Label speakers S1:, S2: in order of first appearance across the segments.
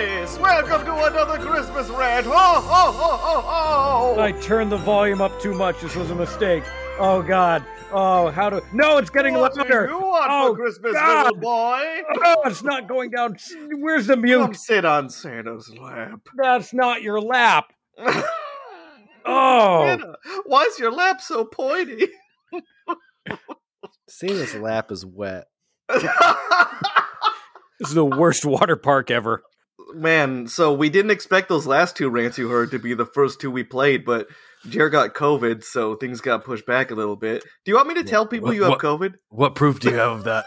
S1: Welcome to another Christmas rant. Ho, ho, ho, ho, ho.
S2: I turned the volume up too much. This was a mistake. Oh God. Oh, how do? No, it's getting
S1: what
S2: louder.
S1: do you want
S2: Oh,
S1: for Christmas,
S2: God.
S1: little boy?
S2: Oh, it's not going down. Where's the
S1: Come
S2: mute?
S1: sit on Santa's lap.
S2: That's not your lap. Oh,
S1: Santa, why's your lap so pointy?
S3: Santa's lap is wet.
S2: this is the worst water park ever.
S1: Man, so we didn't expect those last two rants you heard to be the first two we played, but Jer got COVID, so things got pushed back a little bit. Do you want me to tell people
S4: What-
S1: you have
S4: what-
S1: COVID?
S4: What proof do you have of that?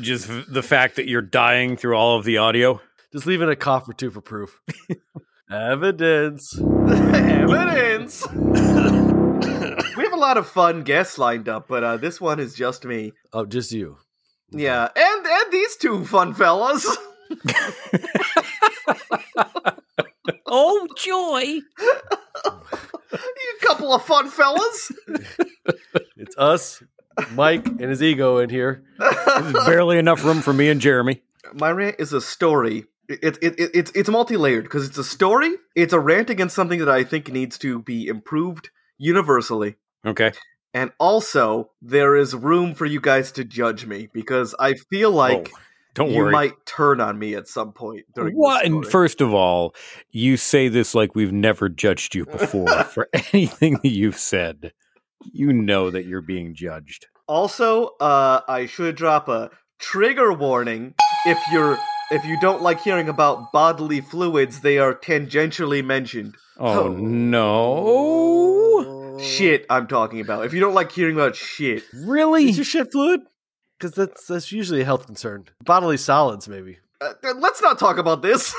S2: Just the fact that you're dying through all of the audio.
S3: Just leave it a cough or two for proof. Evidence.
S1: Evidence. we have a lot of fun guests lined up, but uh, this one is just me.
S3: Oh, just you.
S1: Yeah, and and these two fun fellas.
S5: Oh, joy.
S1: you couple of fun fellas.
S3: It's us, Mike, and his ego in here.
S2: There's barely enough room for me and Jeremy.
S1: My rant is a story. It, it, it, it's it's multi layered because it's a story. It's a rant against something that I think needs to be improved universally.
S2: Okay.
S1: And also, there is room for you guys to judge me because I feel like
S2: Oh, don't
S1: you
S2: worry.
S1: might turn on me at some point during this
S2: What? And
S1: story.
S2: first of all, you say this like we've never judged you before for anything that you've said. You know that you're being judged.
S1: Also, uh, I should drop a trigger warning if you're if you don't like hearing about bodily fluids. They are tangentially mentioned. Oh.
S2: Oh, no!
S1: Shit, I'm talking about. If you don't like hearing about shit,
S2: Really?
S3: Is your shit fluid? Because that's that's usually a health concern. Bodily solids, maybe.
S1: uh, let's not talk about this.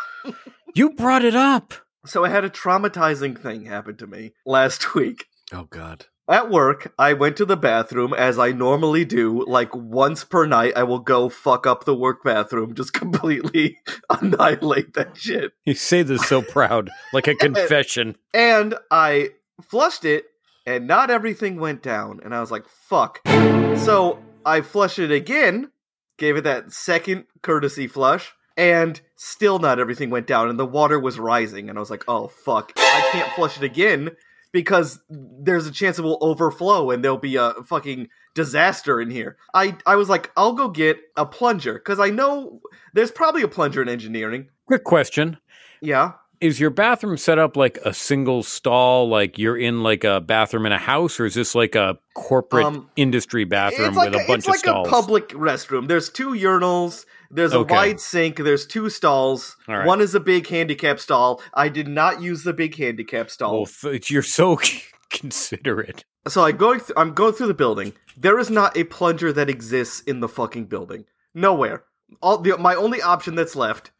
S2: You brought it up.
S1: so I had a traumatizing thing happen to me last week.
S3: Oh God.
S1: At work, I went to the bathroom as I normally do. Like once per night, I will go fuck up the work bathroom, just completely annihilate that shit.
S2: You say this so proud, like a confession.
S1: And I flushed it, and not everything went down. And I was like, fuck. So I flushed it again, gave it that second courtesy flush, and still not everything went down. And the water was rising. And I was like, oh, fuck. I can't flush it again because there's a chance it will overflow and there'll be a fucking disaster in here. I, I was like, I'll go get a plunger because I know there's probably a plunger in engineering.
S2: Quick question:
S1: Yeah.
S2: Is your bathroom set up like a single stall, like you're in like a bathroom in a house, or is this like a corporate
S1: Um,
S2: industry bathroom with a,
S1: it's
S2: bunch
S1: like
S2: of stalls?
S1: a public restroom. There's two urinals. There's
S2: Okay.
S1: a wide sink. There's two stalls.
S2: All right.
S1: One is a big handicap stall. I did not use the big handicap stall,
S2: Well, th- you're so considerate.
S1: so I going. Th- I'm going through the building. There is not a plunger that exists in the fucking building. Nowhere. All the my only option that's left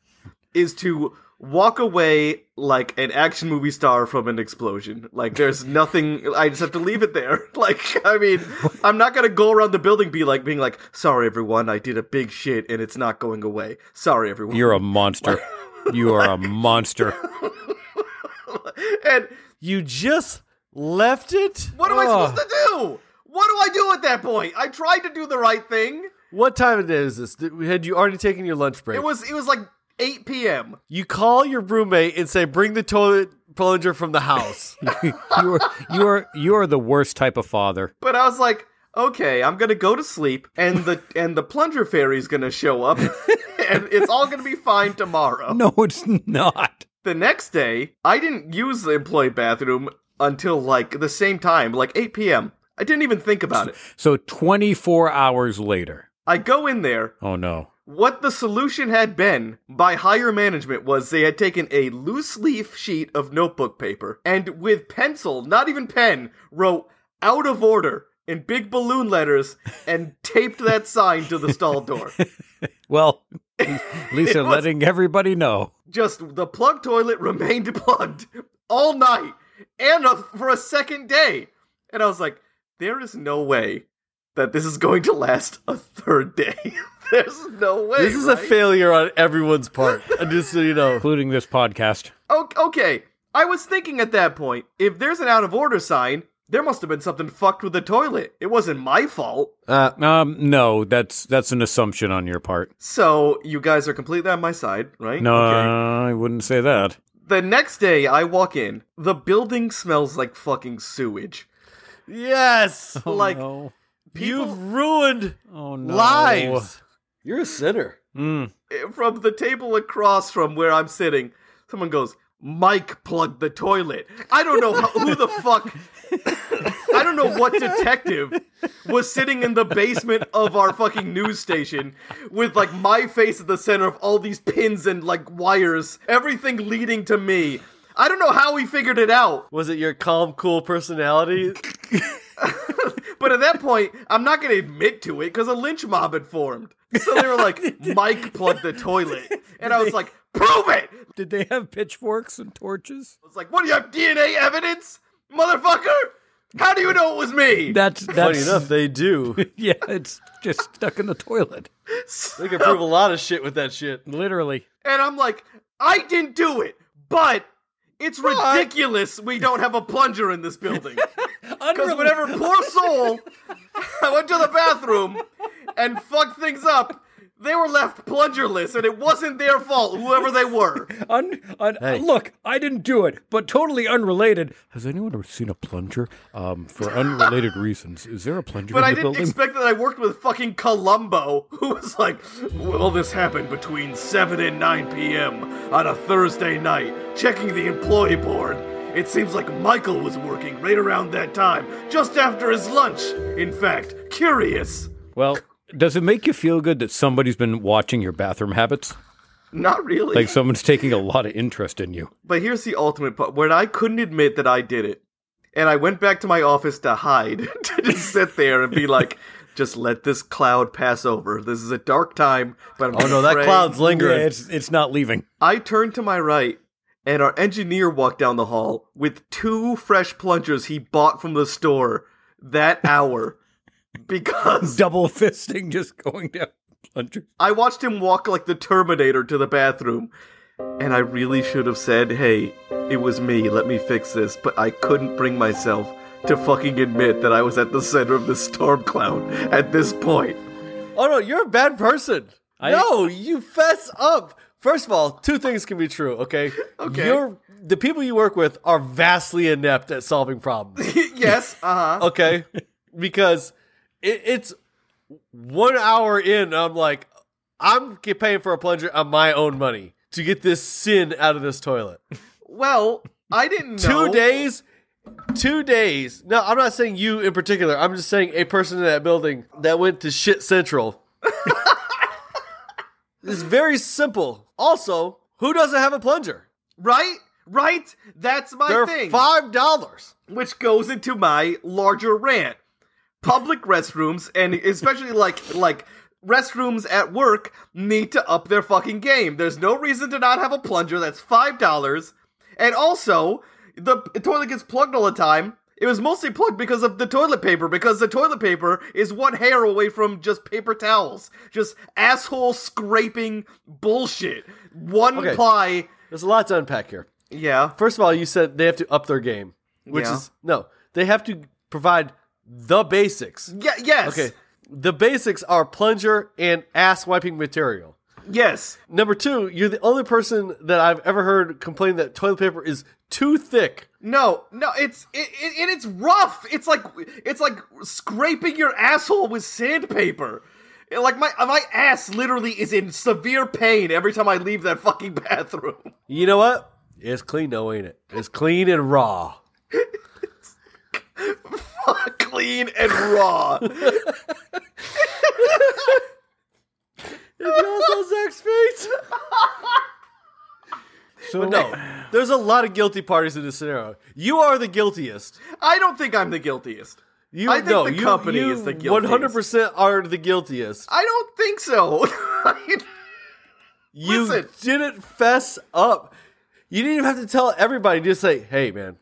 S1: is to walk away like an action movie star from an explosion. Like there's nothing I just have to leave it there. Like I mean, I'm not going to go around the building be like being like, "Sorry everyone, I did a big shit and it's not going away. Sorry everyone."
S2: You're a monster. you are a monster.
S1: and
S3: You just left it?
S1: what am I
S2: Ugh.
S1: supposed to do? What do I do at that point? I tried to do the right thing.
S3: What time of day is this? Did- Had you already taken your lunch break?
S1: It was it was like 8 p.m.
S3: you call your roommate and say, "Bring the toilet plunger from the house."
S2: you are you are you are the worst type of father.
S1: But I was like, okay, I'm gonna go to sleep, and the and the plunger fairy's gonna show up, and it's all gonna be fine tomorrow.
S2: No, it's not.
S1: The next day, I didn't use the employee bathroom until like the same time, like 8 p.m. I didn't even think about it.
S2: So 24 hours later.
S1: I go in there.
S2: Oh no.
S1: What the solution had been by higher management was they had taken a loose leaf sheet of notebook paper and with pencil, not even pen, wrote out of order in big balloon letters and taped that sign to the stall door.
S2: Well, at least they're
S1: It was-
S2: letting everybody know.
S1: just the plug toilet remained plugged all night and a, for a second day. And I was like, there is no way that this is going to last a third day. There's no way.
S3: this is a
S1: right?
S3: failure on everyone's part. Uh, Just so you know.
S2: Including this podcast.
S1: O- okay. I was thinking at that point, if there's an out of order sign, There must have been something fucked with the toilet. It wasn't my fault.
S3: Uh,
S2: Um, no, that's that's an assumption on your part.
S1: So you guys are completely on my side, right?
S2: No,
S1: Okay.
S2: I wouldn't say that.
S1: The next day I walk in. The building smells like fucking sewage.
S3: yes,
S1: Oh, Like,
S2: no.
S1: People
S3: you've ruined
S2: oh no,
S3: lives. You're a sinner.
S2: Mm.
S1: from the table across from where I'm sitting, someone goes, Mike plugged the toilet. I don't know how, who the fuck. I don't know what detective was sitting in the basement of our fucking news station with like my face at the center of all these pins and like wires, everything leading to me. I don't know how he figured it out.
S3: Was it your calm, cool personality?
S1: But at that point, I'm not going to admit to it because a lynch mob had formed. So they were like, Mike plugged the toilet. And I was like, prove it!
S2: Did they have pitchforks and torches?
S1: It's like, what do you have DNA evidence, motherfucker? How do you know it was me?
S2: That's
S3: Funny
S2: that's
S3: enough, they do.
S2: yeah. It's just stuck in the toilet,
S3: They can prove a lot of shit with that shit.
S2: literally.
S1: and I'm like, I didn't do it, but it's ridiculous we don't have a plunger in this building. Because whenever poor soul I went to the bathroom and fucked things up, they were left plungerless, and it wasn't their fault, whoever they were.
S2: Un, un, uh,
S3: Hey.
S2: Look, I didn't do it, but totally unrelated. Has anyone ever seen a plunger? Um, for unrelated reasons, is there a plunger
S1: But
S2: in
S1: I
S2: the
S1: didn't
S2: building?
S1: expect that I worked with fucking Columbo, who was like, Well, this happened between 7 and 9 p.m. on a Thursday night, checking the employee board. It seems like Michael was working right around that time, just after his lunch. In fact, curious.
S2: well, does it make you feel good that somebody's been watching your bathroom habits?
S1: Not really.
S2: Like someone's taking a lot of interest in you.
S1: But here's the ultimate part when I couldn't admit that I did it, and I went back to my office to hide, to just sit there and be like, just let this cloud pass over. This is a dark time, but I'm
S3: Oh no, that
S1: afraid-
S3: cloud's lingering.
S2: it's it's not leaving.
S1: I turned to my right, and our engineer walked down the hall with two fresh plungers he bought from the store that hour. Because
S2: Double fisting, just going down plunger.
S1: I watched him walk like the Terminator to the bathroom, and I really should have said, hey, it was me, let me fix this, but I couldn't bring myself to fucking admit that I was at the center of the storm cloud at this point.
S3: Oh no, you're a bad person.
S2: I-
S3: no, you fess up. First of all, two things can be true, okay?
S1: Okay.
S3: You're, the people you work with are vastly inept at solving problems,
S1: yes, uh huh.
S3: okay? because it, it's one hour in, I'm like, I'm get- paying for a plunger on my own money to get this sin out of this toilet.
S1: Well, I didn't know.
S3: Two days. Two days. No, I'm not saying you in particular. I'm just saying a person in that building that went to shit central. it's very simple. Also, who doesn't have a plunger?
S1: Right? Right? That's my
S3: They're
S1: thing.
S3: five dollars.
S1: which goes into my larger rant. Public restrooms and especially like like restrooms at work need to up their fucking game. There's no reason to not have a plunger that's $5. And also, the toilet gets plugged all the time. It was mostly plugged because of the toilet paper because the toilet paper is one hair away from just paper towels. Just asshole scraping bullshit. One
S3: Okay.
S1: ply.
S3: There's a lot to unpack here.
S1: Yeah.
S3: First of all, you said they have to up their game, which
S1: Yeah.
S3: is no. They have to provide the basics.
S1: Yeah, yes.
S3: Okay, the basics are plunger and ass wiping material.
S1: Yes.
S3: Number two, you're the only person that I've ever heard complain that toilet paper is too thick.
S1: No, no, it's it, it, and it's rough. It's like it's like scraping your asshole with sandpaper. And, Like my my ass literally is in severe pain every time I leave that fucking bathroom.
S3: You know what? It's clean though, ain't it? It's clean and raw.
S1: Clean and raw.
S3: It also Zach's feet.
S2: So
S3: But no, there's a lot of guilty parties in this scenario. You are the guiltiest.
S1: I don't think I'm the guiltiest.
S3: You
S1: I think
S3: no,
S1: the
S3: you,
S1: company
S3: you
S1: is the
S3: 100% are the guiltiest.
S1: I don't think so.
S3: You
S1: Listen.
S3: didn't fess up. You didn't even have to tell everybody. Just say, "Hey, man,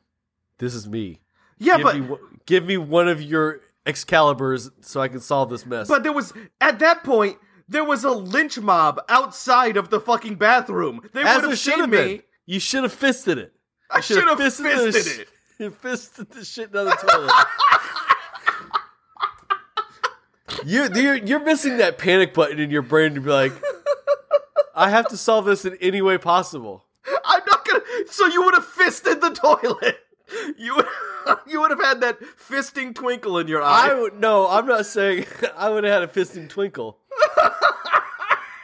S3: this is me.
S1: yeah,
S3: give,
S1: but
S3: me, one- give me one of your Excaliburs so I can solve this mess."
S1: But there was at that point there was a lynch mob outside of the fucking bathroom. They would
S3: As
S1: have
S3: it should
S1: seen
S3: have
S1: me.
S3: been. You should have fisted it.
S1: I should have
S3: fisted, the
S1: fisted
S3: sh-
S1: it.
S3: and fisted the shit down the toilet. you, you're, you're missing that panic button in your brain to be like, I have to solve this in any way possible.
S1: I'm not gonna. So you would have fisted the toilet. You would, you would have had that fisting twinkle in your eye.
S3: I would no, I'm not saying I would have had a fist and twinkle.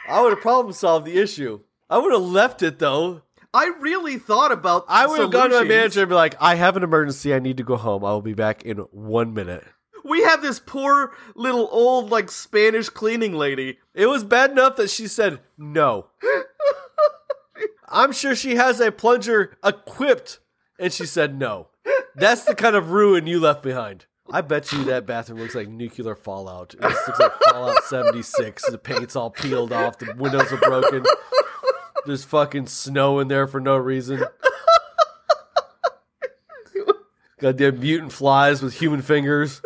S3: I would have problem solved the issue. I would have left it though.
S1: I really thought about.
S3: I would have gone to my
S1: solutions.
S3: manager and be like, I have an emergency, I need to go home. I will be back in one minute.
S1: We have this poor little old like Spanish cleaning lady.
S3: It was bad enough that she said no. I'm sure she has a plunger equipped, and she said no. That's the kind of ruin you left behind. I bet you that bathroom looks like nuclear fallout. It just looks like Fallout 76. The paint's all peeled off, the windows are broken. There's fucking snow in there for no reason. Goddamn mutant flies with human fingers.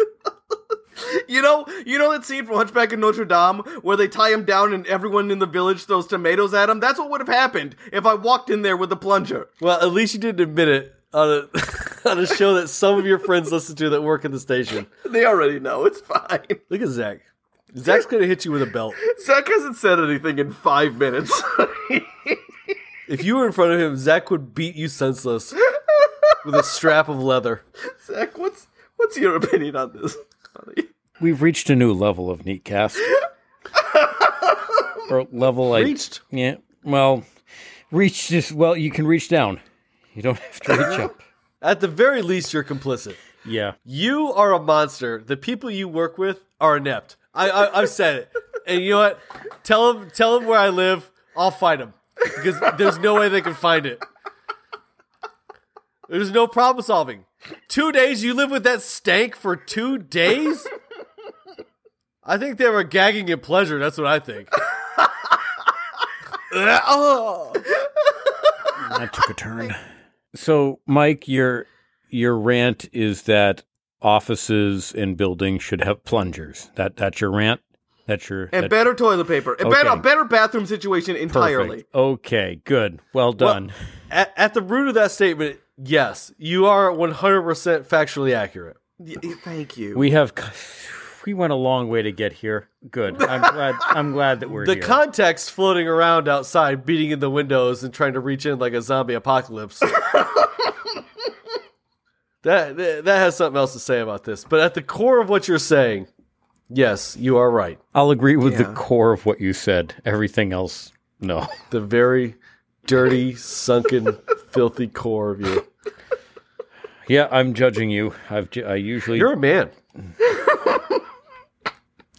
S1: You know, you know that scene from Hunchback of Notre Dame where they tie him down and everyone in the village throws tomatoes at him. That's what would have happened if I walked in there with a plunger.
S3: Well, at least you didn't admit it on a on a show that some of your friends listen to that work in the station.
S1: They already know it's fine.
S3: Look at Zach. Zach's gonna hit you with a belt.
S1: Zach hasn't said anything in five minutes.
S3: If you were in front of him, Zach would beat you senseless with a strap of leather.
S1: Zach, what's what's your opinion on this? honey?
S2: We've reached a new level of neat cast. or level I
S3: Reached.
S2: yeah. Well, reach just well. You can reach down. You don't have to reach up.
S3: At the very least, you're complicit.
S2: Yeah.
S3: You are a monster. The people you work with are inept. I, I I've said it. And you know what? Tell them tell them where I live. I'll find them because there's no way they can find it. There's no problem solving. Two days you live with that stank for two days. I think they were gagging in pleasure. That's what I think. oh.
S2: that took a turn. So, Mike, your your rant is that offices and buildings should have plungers. That that's your rant. That's your
S1: And
S2: that-
S1: better toilet paper. And
S2: Okay.
S1: better, a better bathroom situation
S2: perfect.
S1: entirely.
S2: Okay, good. Well done.
S3: At, at the root of that statement, yes, you are 100% factually accurate.
S1: Y- y- thank you.
S2: we have c- we went a long way to get here. Good. I'm glad. I'm glad that we're
S3: the
S2: here.
S3: context floating around outside, beating in the windows and trying to reach in like a zombie apocalypse. that, that that has something else to say about this. But at the core of what you're saying, yes, you are right.
S2: I'll agree with
S1: Yeah.
S2: the core of what you said. Everything else, no.
S3: The very dirty, sunken, filthy core of you.
S2: Yeah, I'm judging you. I've ju- I usually
S3: You're a man.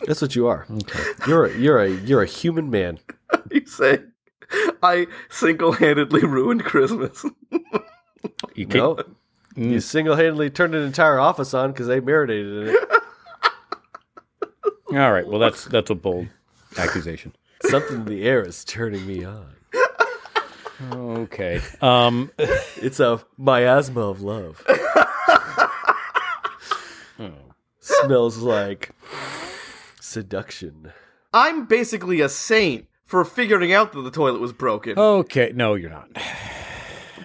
S3: That's what you are. You're a, you're a you're a human man.
S1: you say I single-handedly ruined Christmas.
S2: you can't-
S3: No, you single-handedly turned an entire office on because they marinated in it.
S2: All right. Well, that's that's a bold accusation.
S3: Something in the air is turning me on.
S2: Okay. Um.
S3: It's a miasma of love. Smells like seduction.
S1: I'm basically a saint for figuring out that the toilet was broken
S2: Okay. No, you're not.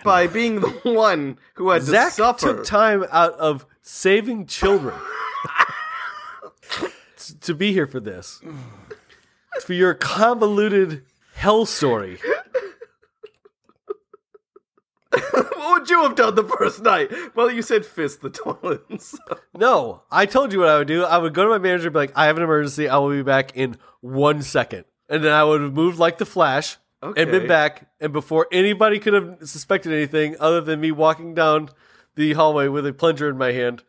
S1: by being the one who had
S3: Zach
S1: to suffer.
S3: took time out of saving children t- to be here for this. For your convoluted hell story.
S1: what would you have done the first night? Well, you said fist the toilet. so-
S3: No, I told you what I would do. I would go to my manager and be like, I have an emergency. I will be back in one second. And then I would have moved like the Flash and
S1: Okay.
S3: been back. And before anybody could have suspected anything other than me walking down the hallway with a plunger in my hand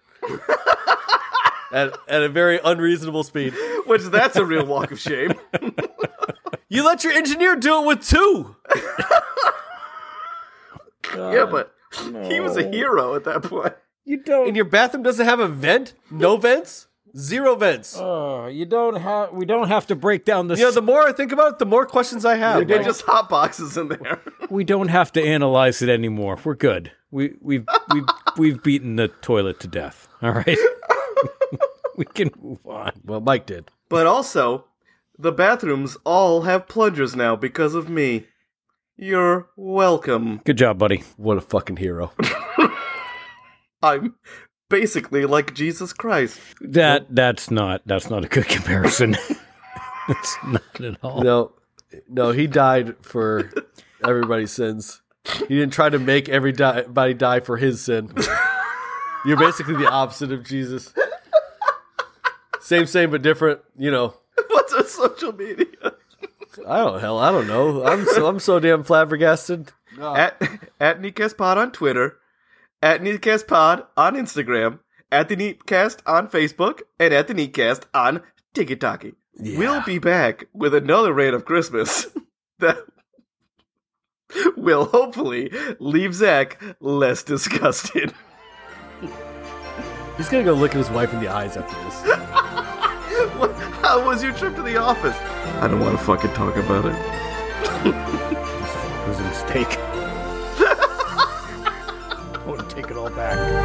S3: at, at a very unreasonable speed,
S1: Which that's a real walk of shame.
S3: you let your engineer do it with two.
S1: yeah, but he was a hero at that point.
S2: You don't.
S3: And your bathroom doesn't have a vent? No vents? Zero vents.
S2: uh, you don't have. We don't have to break down this.
S3: You know, the more I think about it, the more questions I have.
S1: They're
S3: Like,
S1: just hot boxes in there.
S2: we don't have to analyze it anymore. We're good. We we've we've we've beaten the toilet to death. All right. we can move on.
S3: well, Mike did.
S1: But also, the bathrooms all have plungers now because of me. You're welcome.
S2: Good job, buddy.
S3: What a fucking hero.
S1: I'm basically like Jesus Christ.
S2: That that's not that's not a good comparison. it's not at all.
S3: No, no, he died for everybody's sins. He didn't try to make everybody die for his sin. You're basically the opposite of Jesus. Same, same, but different. You know,
S1: What's our social media?
S3: I don't hell, I don't know. I'm so, I'm so damn flabbergasted.
S1: At at Neatcast Pod on Twitter, at Neatcast Pod on Instagram, at the Neatcast on Facebook, and at the Neatcast on TikTok. We'll be back with another rant of Christmas that will hopefully leave Zach less disgusted.
S3: He's gonna go look at his wife in the eyes after this.
S1: What- How was your trip to the office? I don't want to fucking talk about it.
S2: It was a mistake. I want to take it all back.